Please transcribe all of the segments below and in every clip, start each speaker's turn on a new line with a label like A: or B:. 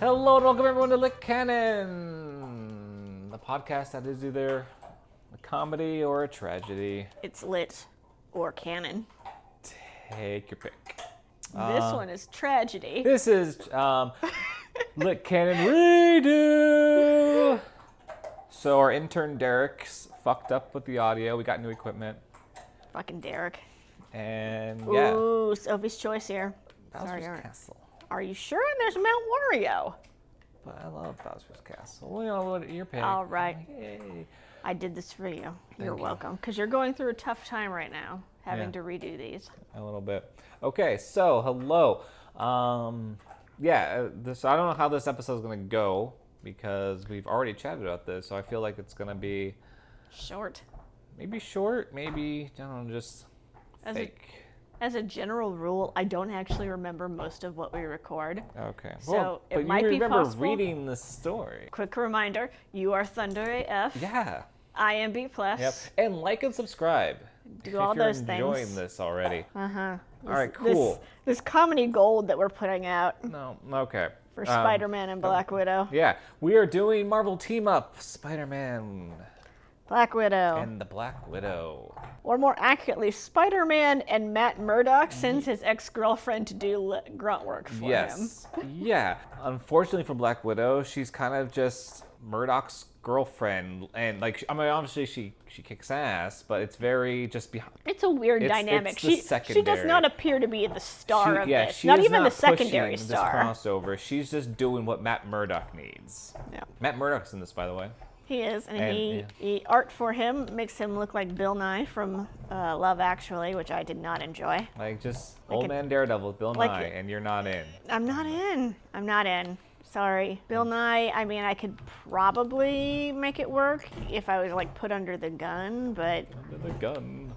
A: Hello and welcome everyone to Lick Cannon, the podcast that is either a comedy or a tragedy.
B: It's lit or canon.
A: Take your pick. Uh.
B: this one is tragedy.
A: This is um, Lick Cannon redo. So our intern Derek's fucked up with the audio. We got new equipment,
B: Fucking Derek.
A: and yeah,
B: Ooh, Sophie's choice here. Sorry,
A: Bowser's
B: Eric.
A: Castle.
B: Are you sure? There's Mount Wario.
A: But I love Bowser's Castle. Well, you know what? Your pick.
B: All right.
A: Yay.
B: I did this for you. You're
A: you.
B: welcome. Because you're going through a tough time right now, having
A: Yeah.
B: to redo these.
A: a little bit. Okay, so hello. Um, yeah, uh, this I don't know how this episode's gonna go because we've already chatted about this, so I feel like it's gonna be
B: Short.
A: maybe short, maybe I don't know, just
B: As a-
A: fake.
B: As a general rule, I don't actually remember most of what we record.
A: Okay.
B: so
A: well,
B: it
A: but you
B: might be
A: remember
B: possible-
A: reading the story.
B: Quick reminder you are Thunder AF,
A: Yeah.
B: I am B. Plus.
A: Yep. And like and subscribe.
B: Do
A: if
B: all
A: you're
B: those
A: enjoying
B: things.
A: this already.
B: Uh huh.
A: All right, cool.
B: This, comedy gold that we're putting out
A: No, okay.
B: for
A: Um,
B: Spider Man and Black Widow.
A: Yeah, we are doing Marvel Team Up Spider Man
B: Black Widow.
A: and the Black Widow.
B: or more accurately, Spider-Man and Matt Murdock sends his ex-girlfriend to do l- grunt work for him.
A: yes. yeah. Unfortunately for Black Widow, she's kind of just Murdoch's girlfriend, and like I mean, obviously she she kicks ass, but it's very just behind.
B: It's a weird
A: It's-
B: dynamic.
A: it's the
B: she she does
A: secondary.
B: not appear to be the star of
A: she, yeah,
B: this.
A: she
B: not
A: is
B: even the
A: pushing
B: secondary
A: this
B: star.
A: crossover. She's just doing what Matt Murdock needs.
B: Yeah.
A: Matt Murdock's in this, by the way.
B: He is, and,
A: And,
B: he,
A: yeah.
B: he art for him makes him look like Bill Nye from uh, Love Actually, which I did not enjoy.
A: Like just old
B: a-
A: man Daredevil, with Bill
B: like
A: Nye,
B: a-
A: and you're not in.
B: I'm not in. I'm not in. Sorry,
A: Hmm.
B: Bill Nye. I mean, I could probably make it work if I was like put under the gun, but
A: Under the gun.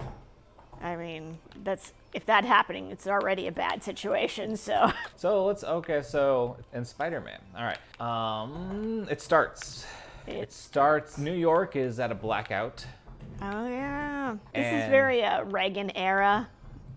B: I mean, that's if that happening, it's already a bad situation. So
A: So let's okay. So and Spider Man. All right. Um, it starts. It
B: it's
A: starts. New York is at a blackout.
B: oh yeah, this is
A: And-
B: very uh, Reagan era,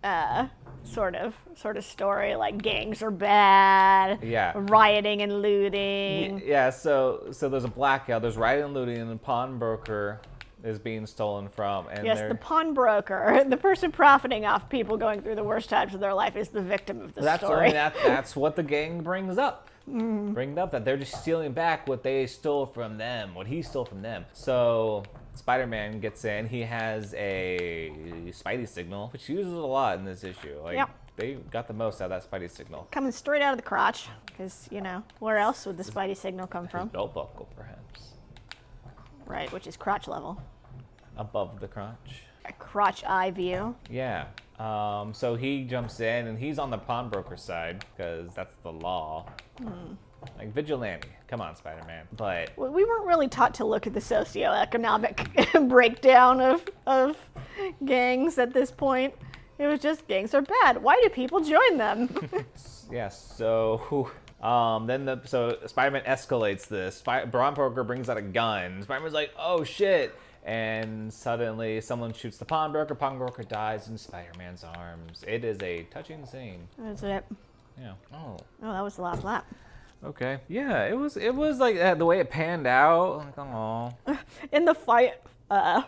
B: uh, sort of sort of story. Like gangs are bad.
A: Yeah.
B: Rioting and looting.
A: Y- Yeah, so so there's a blackout. There's rioting and looting, and the pawnbroker is being stolen from. And
B: Yes,
A: they're-
B: the pawnbroker, the person profiting off people going through the worst times of their life, is the victim of the
A: that's I
B: story. Mm-hmm.
A: mean, that, that's what the gang brings up. Bring up that they're just stealing back what they stole from them, what he stole from them. So Spider-Man gets in. He has a Spidey signal, which he uses a lot in this issue. Like
B: Yep.
A: they got the most out of that Spidey signal.
B: Coming straight out of the crotch, because you know where else would the Spidey signal come
A: His
B: from?
A: belt buckle, perhaps,
B: Right, which is crotch level,
A: above the crotch.
B: a crotch eye view.
A: Yeah. Um, so he jumps in, and he's on the pawnbroker's side because that's the law. Like vigilante. Come on, Spider-Man. But
B: Well, we weren't really taught to look at the socioeconomic breakdown of, of gangs at this point. It was just gangs are bad. Why do people join them?
A: yeah. So um, then the so Spider-Man escalates this. Spy- pawnbroker brings out a gun. Spider-Man's like, oh shit. And suddenly, someone shoots the pawnbroker. Pawnbroker dies in Spider-Man's arms. It is a touching scene.
B: That's it.
A: Yeah. Oh.
B: Oh, that was the last lap.
A: Okay. Yeah. It was. It was like uh, the way it panned out. Like, oh.
B: In the fight, uh,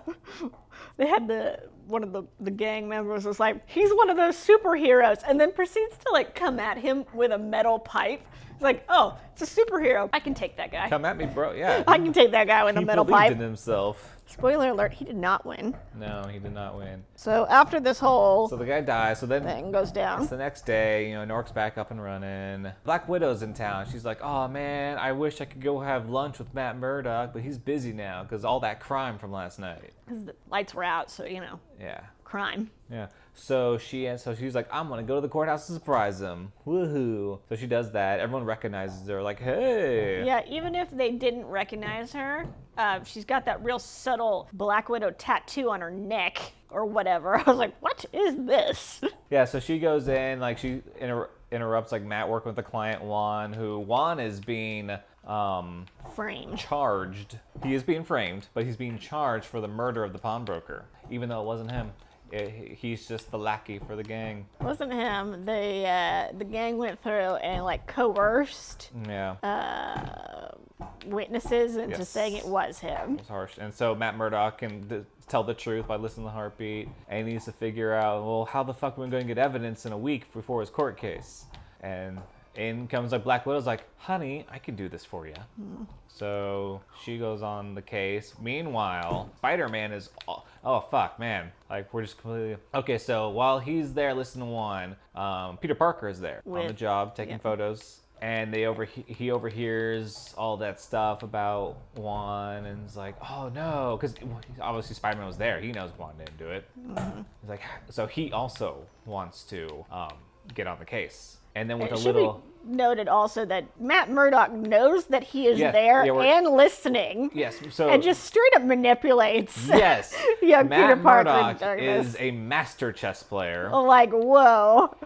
B: they had the one of the, the gang members was like, he's one of those superheroes, and then proceeds to like come at him with a metal pipe. It's like, oh, it's a superhero. I can take that guy.
A: Come at me, bro. Yeah.
B: I can take that guy with a
A: he
B: metal
A: believed
B: pipe.
A: in himself.
B: Spoiler alert, he did not win.
A: No, he did not win.
B: So after this whole
A: So the guy dies. So then
B: thing goes down.
A: it's the next day. You know, Nork's back up and running. Black Widow's in town. She's like, "Oh man, I wish I could go have lunch with Matt Murdock, but he's busy now because all that crime from last night."
B: 'Cause the lights were out, so you know,
A: Yeah,
B: crime.
A: yeah. So she and so she's like, "I'm gonna go to the courthouse to surprise him." Woohoo! So she does that. Everyone recognizes her. Like, hey.
B: Yeah, even if they didn't recognize her, uh, she's got that real subtle Black Widow tattoo on her neck or whatever. I was like, what is this?
A: Yeah, so she goes in, like she inter- interrupts like Matt working with the client Juan, who Juan is being um,
B: Frame.
A: charged. He is being framed, but he's being charged for the murder of the pawnbroker, even though it wasn't him. eh, he- he's just the lackey for the gang.
B: Wasn't him. They uh, the gang went through and like coerced
A: Yeah,
B: uh, witnesses into
A: Yes.
B: saying it was him.
A: it's harsh. And so Matt Murdock can d- tell the truth by listening to the heartbeat, and he needs to figure out, well, how the fuck are we going to get evidence in a week before his court case? And in comes like Black Widow's like, honey, I can do this for you. So she goes on the case. Meanwhile, Spider Man is. all- Oh, fuck, man. Like, we're just completely. Okay, so while he's there listening to one, um, Peter Parker is there on the
B: With-
A: job taking
B: yeah.
A: photos. And they over he overhears all that stuff about Juan and is like, oh no, because obviously Spider Man was there. He knows Juan didn't do it.
B: Mm-hmm.
A: He's like, so he also wants to um, get on the case. And then with
B: It
A: a
B: should
A: little,
B: be noted also that Matt Murdock knows that he is
A: Yeah,
B: there
A: yeah, we're-
B: and listening,
A: yes, so
B: and just straight up manipulates.
A: Yes.
B: Yeah,
A: Matt
B: Peter Parker
A: Murdock
B: during
A: is
B: this.
A: a master chess player.
B: like whoa.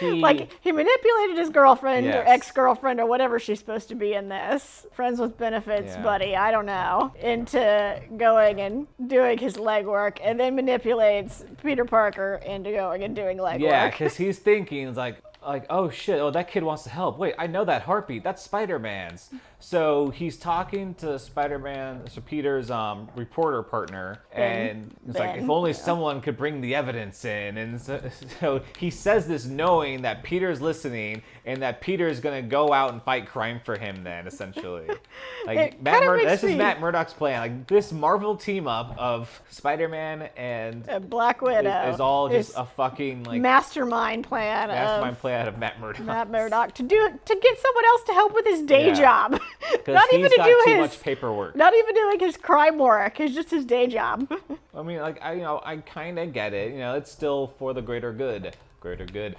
A: He,
B: Oh, Like he manipulated his girlfriend
A: Hmm. Yes.
B: or ex-girlfriend or whatever she's supposed to be in this friends with benefits
A: Yeah.
B: buddy I don't know into going and doing his legwork and then manipulates Peter Parker into going and doing legwork.
A: yeah, because he's thinking it's like like oh shit, oh that kid wants to help. Wait, I know that heartbeat. That's Spider Man's. So he's talking to Spider Man, so Peter's um, reporter partner,
B: Ben.
A: and it's like
B: Ben,
A: if only someone could bring the evidence in. And so, so he says this knowing that Peter's listening and that Peter's gonna go out and fight crime for him. Then essentially, like
B: It
A: Matt
B: kinda
A: Mur-
B: makes
A: this is
B: me-
A: Matt Murdock's plan. Like this Marvel team up of Spider Man and
B: A Black Widow
A: is, is all just
B: is
A: a fucking like
B: mastermind plan
A: mastermind
B: of
A: plan of Matt Murdock.
B: Matt Murdock to do to get someone else to help with his day
A: Yeah.
B: job,
A: Because
B: not
A: he's
B: even to
A: got
B: do
A: too
B: his
A: much paperwork.
B: not even doing his crime work. It's just his day job.
A: I mean, like I, you know, I kind of get it. You know, it's still for the greater good, greater good.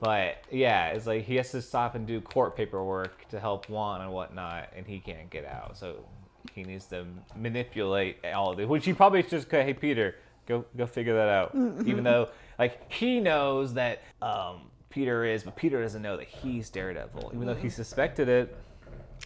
A: But yeah, it's like he has to stop and do court paperwork to help Juan and whatnot, and he can't get out, so he needs to manipulate all of it. Which he probably just could. Hey, Peter, go go figure that out. Even though, like, he knows that um, Peter is, but Peter doesn't know that he's Daredevil. Even though he suspected it,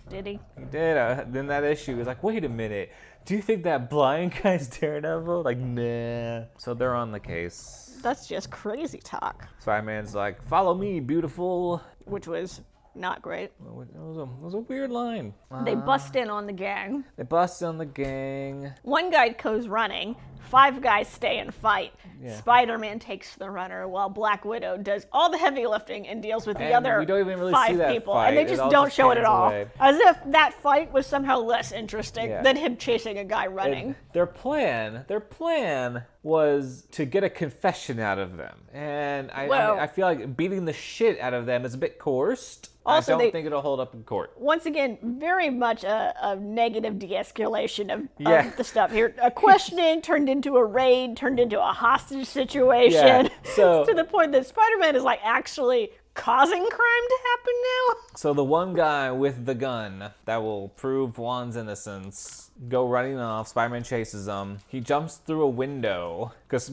B: Did he?
A: he did. Uh, then that issue is like, wait a minute. Do you think that blind guy's Daredevil? Like, nah. So they're on the case.
B: That's just crazy talk,
A: Spider Man's like, follow me, beautiful.
B: which was not great.
A: It was a, it was a weird line. Uh,
B: They bust in on the gang.
A: they bust on the gang.
B: One guy goes running, five guys stay and fight.
A: Yeah.
B: Spider Man takes the runner while Black Widow does all the heavy lifting and deals with the
A: And
B: other
A: we don't even really see
B: five
A: that
B: people.
A: fight.
B: And they
A: It
B: just
A: all
B: don't
A: just
B: show it at
A: pans
B: all.
A: away.
B: As if that fight was somehow less interesting
A: Yeah.
B: than him chasing a guy running.
A: And their plan, their plan was to get a confession out of them, and I,
B: Well-
A: I, I feel like beating the shit out of them is a bit coerced. I
B: Also,
A: don't
B: they-
A: think it'll hold up in court.
B: Once again, very much a, a negative de escalation of,
A: Yeah.
B: of the stuff here. A questioning turned into a raid, turned into a hostage situation.
A: so-
B: to the point that Spider Man is like actually causing crime to happen now.
A: So the one guy with the gun that will prove Juan's innocence go running off. Spider-Man chases him. He jumps through a window because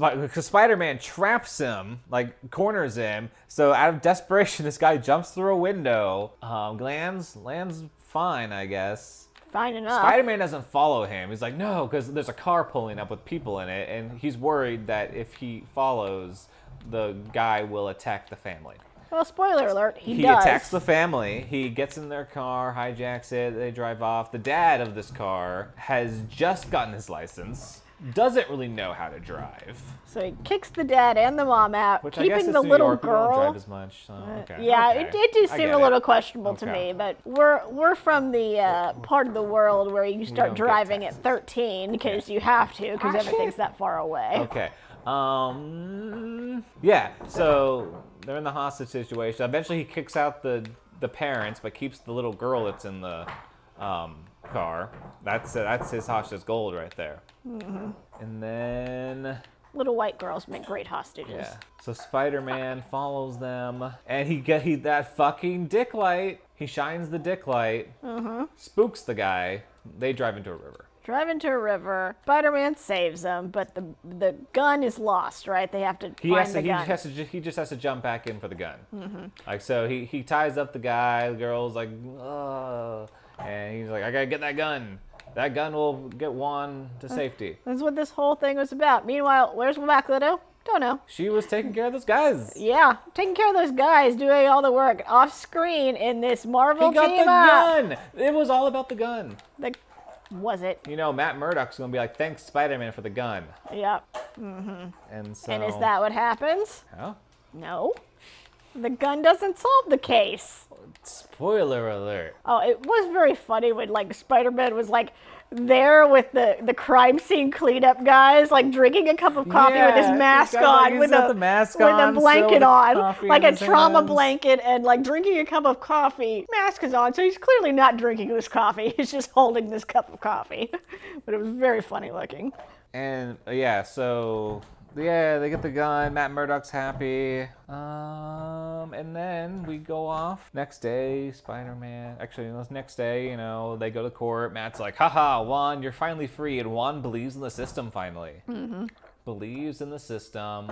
A: Spider-Man traps him, like corners him. So out of desperation, this guy jumps through a window. Um, lands, lands fine, I guess.
B: Fine enough.
A: Spider Man doesn't follow him. He's like, no, because there's a car pulling up with people in it, and he's worried that if he follows, the guy will attack the family.
B: well, spoiler alert, he,
A: He
B: does.
A: attacks the family. He gets in their car, hijacks it. They drive off. The dad of this car has just gotten his license, doesn't really know how to drive,
B: so he kicks the dad and the mom out,
A: which
B: keeping
A: I guess it's
B: the
A: New
B: little
A: York. We don't
B: girl. Uh,
A: drive as much. So, okay.
B: Yeah,
A: okay.
B: it, it did
A: I
B: seem
A: get
B: a little
A: it.
B: questionable to
A: Okay.
B: me, but we're we're from the uh, part of the world where you
A: don't
B: start
A: get
B: driving at 13 because you have to because everything's that far away.
A: Okay. Um. Yeah. So they're in the hostage situation. Eventually, he kicks out the the parents, but keeps the little girl that's in the um, car. That's that's his hostage gold right there.
B: Mm-hmm.
A: And then
B: Little white girls make great hostages.
A: yeah. So Spider-Man follows them, and he get he that fucking dick light. He shines the dick light,
B: Mm-hmm.
A: spooks the guy. They drive into a river.
B: Drive into a river. Spider-Man saves them, but the the gun is lost. Right? They have to
A: He
B: find
A: has to.
B: the
A: He
B: gun. Mm-hmm.
A: just has to. ju- He just has to jump back in for the gun. Like so, he he ties up the guy. The girl's like, Ugh. and he's like, I gotta get that gun. That gun will get Juan to safety.
B: Uh. That's what this whole thing was about. Meanwhile, where's Black Widow? Don't know.
A: She was taking care of those guys.
B: Yeah, taking care of those guys, doing all the work off screen in this Marvel
A: He got
B: team
A: the
B: up.
A: gun. It was all about the gun.
B: Like, was it?
A: You know, Matt Murdock's gonna be like, "Thanks, Spider-Man, for the gun."
B: Yeah.
A: And so.
B: And is that what happens?
A: Huh?
B: No. The gun doesn't solve the case.
A: Spoiler alert.
B: Oh, it was very funny when like Spider-Man was like there with the the crime scene cleanup guys, like drinking a cup of coffee with
A: Yeah,
B: his
A: he's
B: mask
A: got, like,
B: on,
A: he's
B: with
A: got
B: a
A: the mask
B: with
A: on,
B: a
A: still
B: blanket
A: with the
B: on,
A: coffee
B: like
A: in
B: a
A: his
B: trauma
A: hands.
B: blanket, and like drinking a cup of coffee. Mask is on, so he's clearly not drinking his coffee. He's just holding this cup of coffee, but it was very funny looking.
A: And uh, yeah, so yeah, they get the gun. Matt Murdock's happy. Um, and then we go off next day. Spider-Man. Actually, no, it's next day. You know, they go to court. Matt's like, "Haha, Juan, you're finally free." And Juan believes in the system finally. Believes in the system.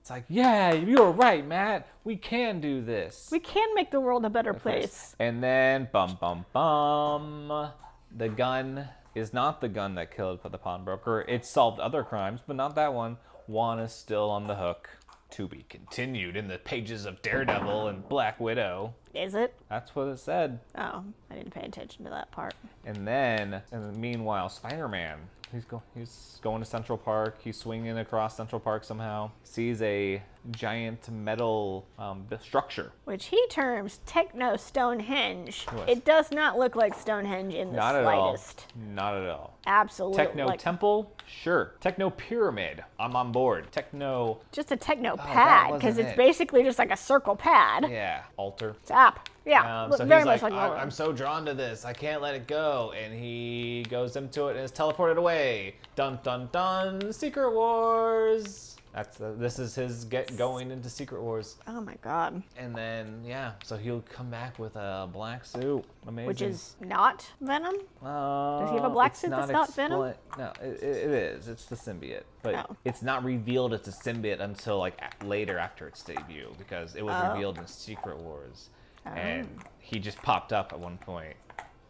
A: It's like, yeah, you're right, Matt. We can do this.
B: We can make the world a better place.
A: And then bum bum bum, the gun is not the gun that killed the pawnbroker. It solved other crimes, but not that one. Juan is still on the hook. To be continued in the pages of Daredevil and Black Widow.
B: Is it?
A: That's what it said.
B: Oh, I didn't pay attention to that part.
A: And then, and meanwhile, Spider-Man, he's go, he's going to Central Park. He's swinging across Central Park somehow. Sees a giant metal um, structure.
B: which he terms techno Stonehenge.
A: Yes.
B: It does not look like Stonehenge in the
A: Not at
B: slightest.
A: all. Not at all.
B: Absolutely.
A: Techno temple, sure. Techno pyramid, I'm on board. Techno,
B: just a techno
A: Oh, that
B: pad because
A: wasn't
B: it's
A: it.
B: basically just like a circle pad.
A: yeah, altar.
B: It's up. Yeah,
A: Um,
B: look
A: so
B: very
A: he's
B: much
A: like,
B: like,
A: I-
B: Roland.
A: I'm so drawn to this, I can't let it go, and he goes into it and is teleported away. Dun dun dun! Secret Wars. That's the, this is his get going into Secret Wars,
B: Oh my god,
A: and then yeah, so he'll come back with a black suit. Amazing. Oh,
B: which is not Venom.
A: Does
B: he have a black suit that's not Venom?
A: No, it, it it is. It's the symbiote, but
B: Oh.
A: it's not revealed it's a symbiote until like a- later after its debut because it was
B: Oh.
A: revealed in Secret Wars, and he just popped up at one point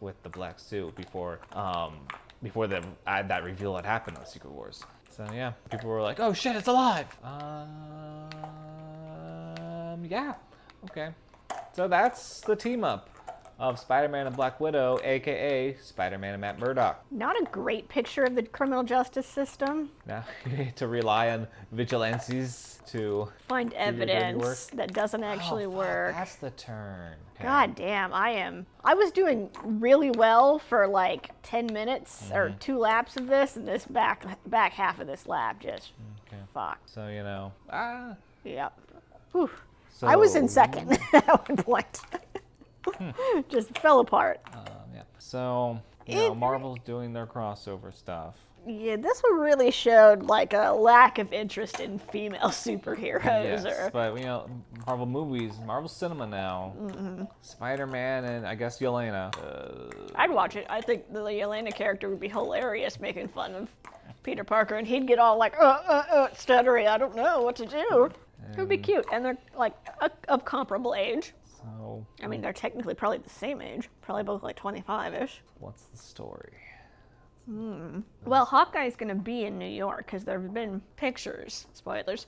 A: with the black suit before um before the uh, that reveal had happened on Secret Wars. So yeah, people were like, "Oh shit, it's alive!" Um, yeah, okay. So that's the team up of Spider-Man and Black Widow, aka Spider-Man and Matt Murdock.
B: Not a great picture of the criminal justice system.
A: Now you need to rely on vigilantes to
B: Find
A: your dirty
B: evidence
A: work.
B: that doesn't actually
A: Oh, fuck,
B: work.
A: That's the turn. Okay.
B: God damn, I am. I was doing really well for like 10 minutes or
A: Mm-hmm.
B: two laps of this, and this back back half of this lap just
A: Okay.
B: fucked.
A: So you know. Ah.
B: Yep. Whew. I was in
A: so-
B: second at one point.
A: Hmm.
B: just fell apart.
A: Um, yeah. So you
B: It-
A: know, Marvel's doing their crossover stuff.
B: Yeah, this one really showed like a lack of interest in female superheroes.
A: Yes,
B: or,
A: but you know, Marvel movies, Marvel cinema now. Spider-Man and I guess Yelena. Uh,
B: I'd watch it. I think the Elena character would be hilarious making fun of Peter Parker, and he'd get all like, uh, uh, uh, stuttery, I don't know what to do. It would be cute, and they're like uh, of comparable age.
A: so
B: I mean, they're technically probably the same age, probably both like 25 ish.
A: what's the story?
B: Well, Hawkeye's gonna be in New York because there have been pictures, spoilers,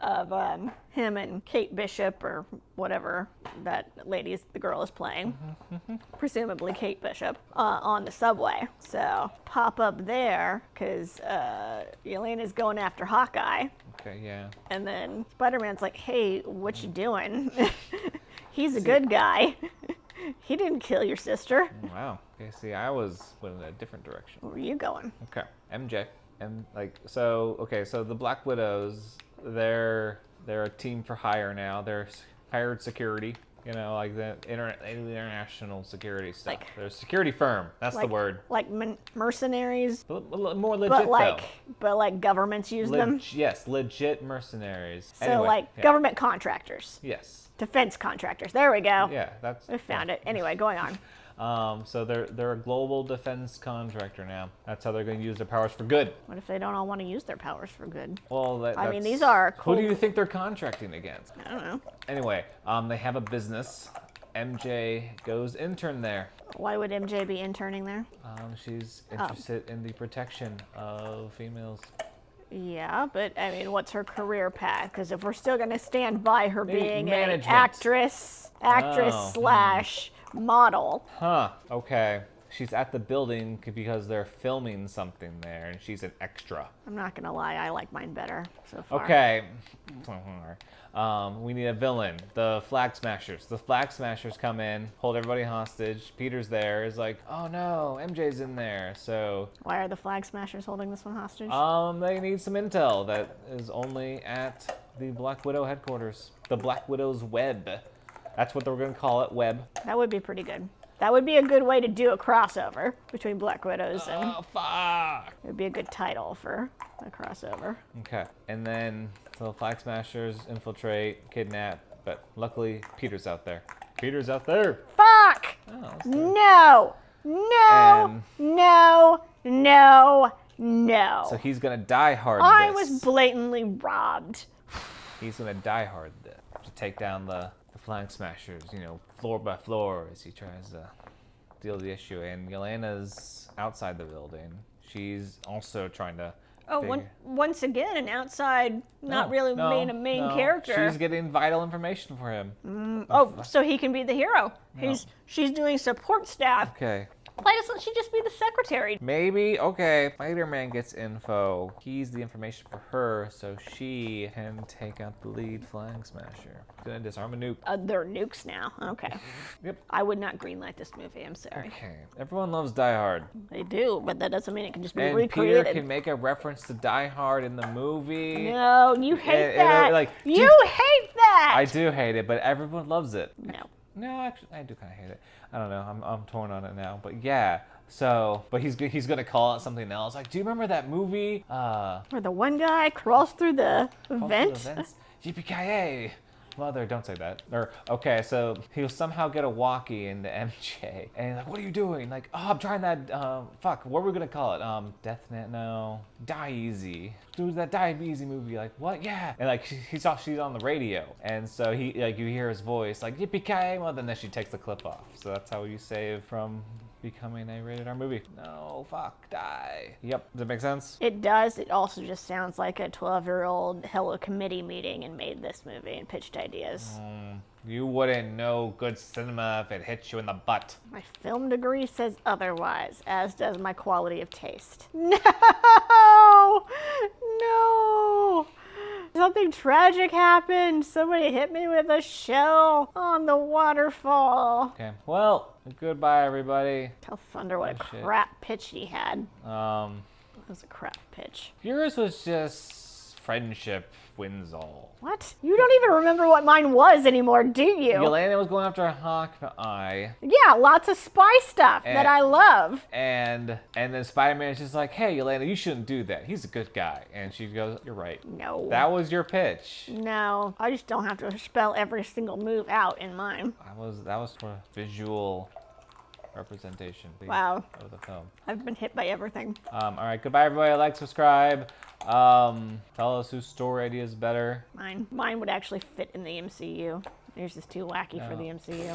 B: of um, him and Kate Bishop or whatever that lady, is, the girl is playing,
A: Mm-hmm.
B: presumably Kate Bishop, uh, on the subway. So pop up there because uh, Elena's going after Hawkeye,
A: Okay, yeah.
B: and then Spider-Man's like, "Hey, what you doing? He's a good guy. he didn't kill your sister.
A: Wow. Okay, see, I was went in a different direction.
B: Where are you going?"
A: Okay. MJ. And like so okay, so the Black Widows, they're they're a team for hire now. They're s- hired security, you know, like the inter- international security stuff.
B: Like-
A: they're a security firm. That's
B: Like,
A: the word.
B: Like men- mercenaries,
A: But, l- l- more legit
B: but like
A: though.
B: but like governments use them
A: Leg- yes, legit mercenaries.
B: so
A: Anyway,
B: like
A: yeah.
B: government contractors
A: Yes.
B: defense contractors there we go
A: Yeah, that's
B: we found it anyway going on
A: Um, so they're they're a global defense contractor now. That's how they're going to use their powers for good.
B: what if they don't all want to use their powers for good
A: Well, that,
B: I mean,
A: that's-
B: these are
A: Who do
B: cool-
A: you think they're contracting against?
B: i don't know
A: Anyway, um, they have a business. MJ goes intern there.
B: why would mj be interning there
A: Um, she's interested in the protection of females.
B: Yeah, but I mean, what's her career path? Because if we're still going to stand by her
A: Maybe
B: being an
A: management.
B: actress, actress
A: Oh, hmm.
B: slash model,
A: Huh. Okay. She's at the building c- because they're filming something there, and she's an extra.
B: I'm not going to lie, I like mine better so far.
A: Okay. Um, we need a villain. The Flag Smashers. The Flag Smashers come in, hold everybody hostage. Peter's there. Is like, oh no, MJ's in there. So,
B: Why are the flag smashers holding this one hostage?
A: um, they need some intel that is only at the Black Widow headquarters. The Black Widow's web. That's what they're gonna call it. Web.
B: that would be pretty good. That would be a good way to do a crossover between Black Widows, and
A: Oh fuck.
B: it would be a good title for a crossover.
A: Okay. And then so the Flag Smashers infiltrate, kidnap, but luckily Peter's out there. Peter's out there.
B: Fuck!
A: Oh, that's
B: No! No!
A: Um,
B: no! No! No!
A: So he's gonna die hard.
B: I
A: this.
B: was blatantly robbed.
A: he's gonna die hard this, to take down the, the flying smashers. You know, floor by floor as he tries to deal with the issue. And Yelena's outside the building. She's also trying to.
B: Oh, one,
A: figure-
B: once again, an outside, not
A: No,
B: really
A: no,
B: being a main
A: no.
B: character.
A: She's getting vital information for him.
B: oh, so he can be the hero. He's she's doing support staff.
A: Okay.
B: Why doesn't she just be the secretary?
A: Maybe, okay, Spider Man gets info. He's the information for her, so she can take out the lead flying smasher. Gonna disarm a nuke.
B: Uh, they're nukes now. Okay.
A: Yep.
B: I would not greenlight this movie. I'm sorry.
A: Okay. Everyone loves Die Hard.
B: They do, but that doesn't mean it can just be
A: And
B: recreated.
A: Peter can make a reference to Die Hard in the movie.
B: No, you hate
A: and, uh,
B: that.
A: like,
B: you
A: dude-
B: hate that.
A: I do hate it, but everyone loves it.
B: no.
A: No, actually, I do kind of hate it. I don't know. I'm, I'm torn on it now, but yeah. So, but he's g- he's gonna call it something else. Like, do you remember that movie? Uh,
B: Where the one guy crawls through the
A: Vent?
B: vent.
A: GPKA. Mother, don't say that. Or okay, so he'll somehow get a walkie into MJ, and he's like, "What are you doing?" Like, "Oh, I'm trying that. Um, fuck, what are we gonna call it? Um, Death Net? No, Die Easy. Do that Die Easy movie. Like, what? Yeah." And like, he- he's off. She's on the radio, and so he like you hear his voice like "Yippee mother," and then she takes the clip off. So that's how you save from becoming a rated R movie. No, fuck, die. Yep, does that make sense?
B: It does. It also just sounds like a 12 year old held a committee meeting and made this movie and pitched ideas.
A: You wouldn't know good cinema if it hit you in the butt.
B: My film degree says otherwise, as does my quality of taste. No! No! Something tragic happened. Somebody hit me with a shell on the waterfall.
A: Okay. Well, goodbye, everybody.
B: Tell Thunder what a
A: Oh, shit.
B: crap pitch he had.
A: Um,
B: That was a crap pitch.
A: yours was just friendship wins all.
B: What? You don't even remember what mine was anymore, do you?
A: Yelena was going after Hawkeye,
B: Yeah, lots of spy stuff that
A: Eh.
B: I love.
A: and and then Spider-Man is just like, "Hey, Yelena, you shouldn't do that. He's a good guy." And she goes, "You're right.
B: No.
A: That was your pitch.
B: no, I just don't have to spell every single move out in mine.
A: I was that was for visual representation
B: Wow.
A: of the film."
B: I've been hit by everything.
A: Um, all right, goodbye, everybody. Like, subscribe. Um, tell us whose story idea is better.
B: Mine, mine would actually fit in the MCU. Yours is too wacky for
A: No.
B: the MCU.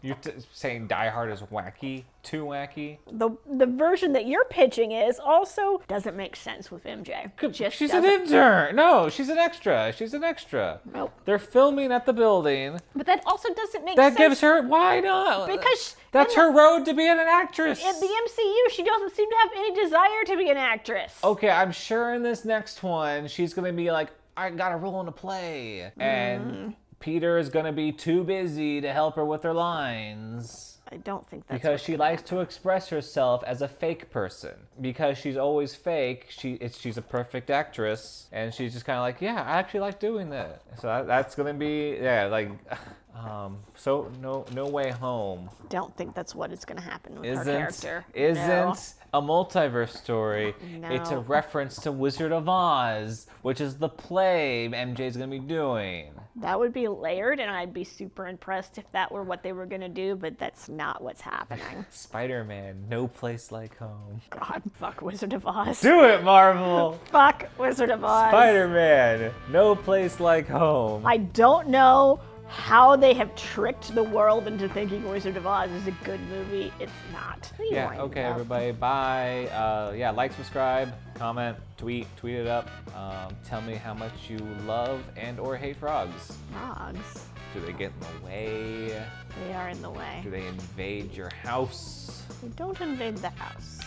A: You're t- saying Die Hard is wacky, too wacky.
B: The the version that you're pitching is also doesn't make sense with MJ. Just
A: she's
B: doesn't.
A: an intern. No, she's an extra. She's an extra.
B: Nope.
A: They're filming at the building.
B: But that also doesn't make
A: That
B: sense
A: gives her why not?
B: because
A: that's
B: in
A: her road to being an actress.
B: the, in the MCU she doesn't seem to have any desire to be an actress.
A: okay, I'm sure in this next one she's gonna be like, I got a role in a play, and Peter is gonna be too busy to help her with her lines.
B: I don't think that's
A: because
B: what-
A: she likes to express herself as a fake person because she's always fake she it's, she's a perfect actress and she's just kind of like yeah i actually like doing that so that, that's gonna be yeah like um so no no way home
B: don't think that's what is going to happen with her
A: isn't
B: character.
A: isn't
B: No.
A: a multiverse story it's a
B: No.
A: reference to wizard of oz which is the play mj's gonna be doing
B: That would be layered, and I'd be super impressed if that were what they were going to do, but that's not what's happening.
A: spider-man no place like home
B: God, fuck Wizard of Oz.
A: do it marvel
B: Fuck Wizard of Oz.
A: Spider Man, no place like home.
B: I don't know how they have tricked the world into thinking Wizard of Oz is a good movie. It's not. Leave
A: Yeah,
B: mine
A: okay,
B: alone.
A: everybody, bye. Uh, yeah, like, subscribe, comment, tweet. tweet, tweet it up. Um, tell me how much you love and or hate frogs.
B: Frogs.
A: Do they get in the way?
B: They are in the
A: Do
B: way.
A: they invade your house
B: They don't invade the house.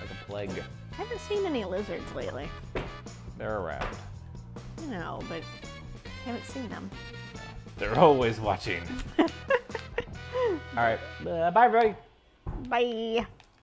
A: like a plague?
B: I haven't seen any lizards lately.
A: They're around.
B: You know, but I haven't seen them.
A: They're always watching. All right. Uh, bye, everybody.
B: Bye.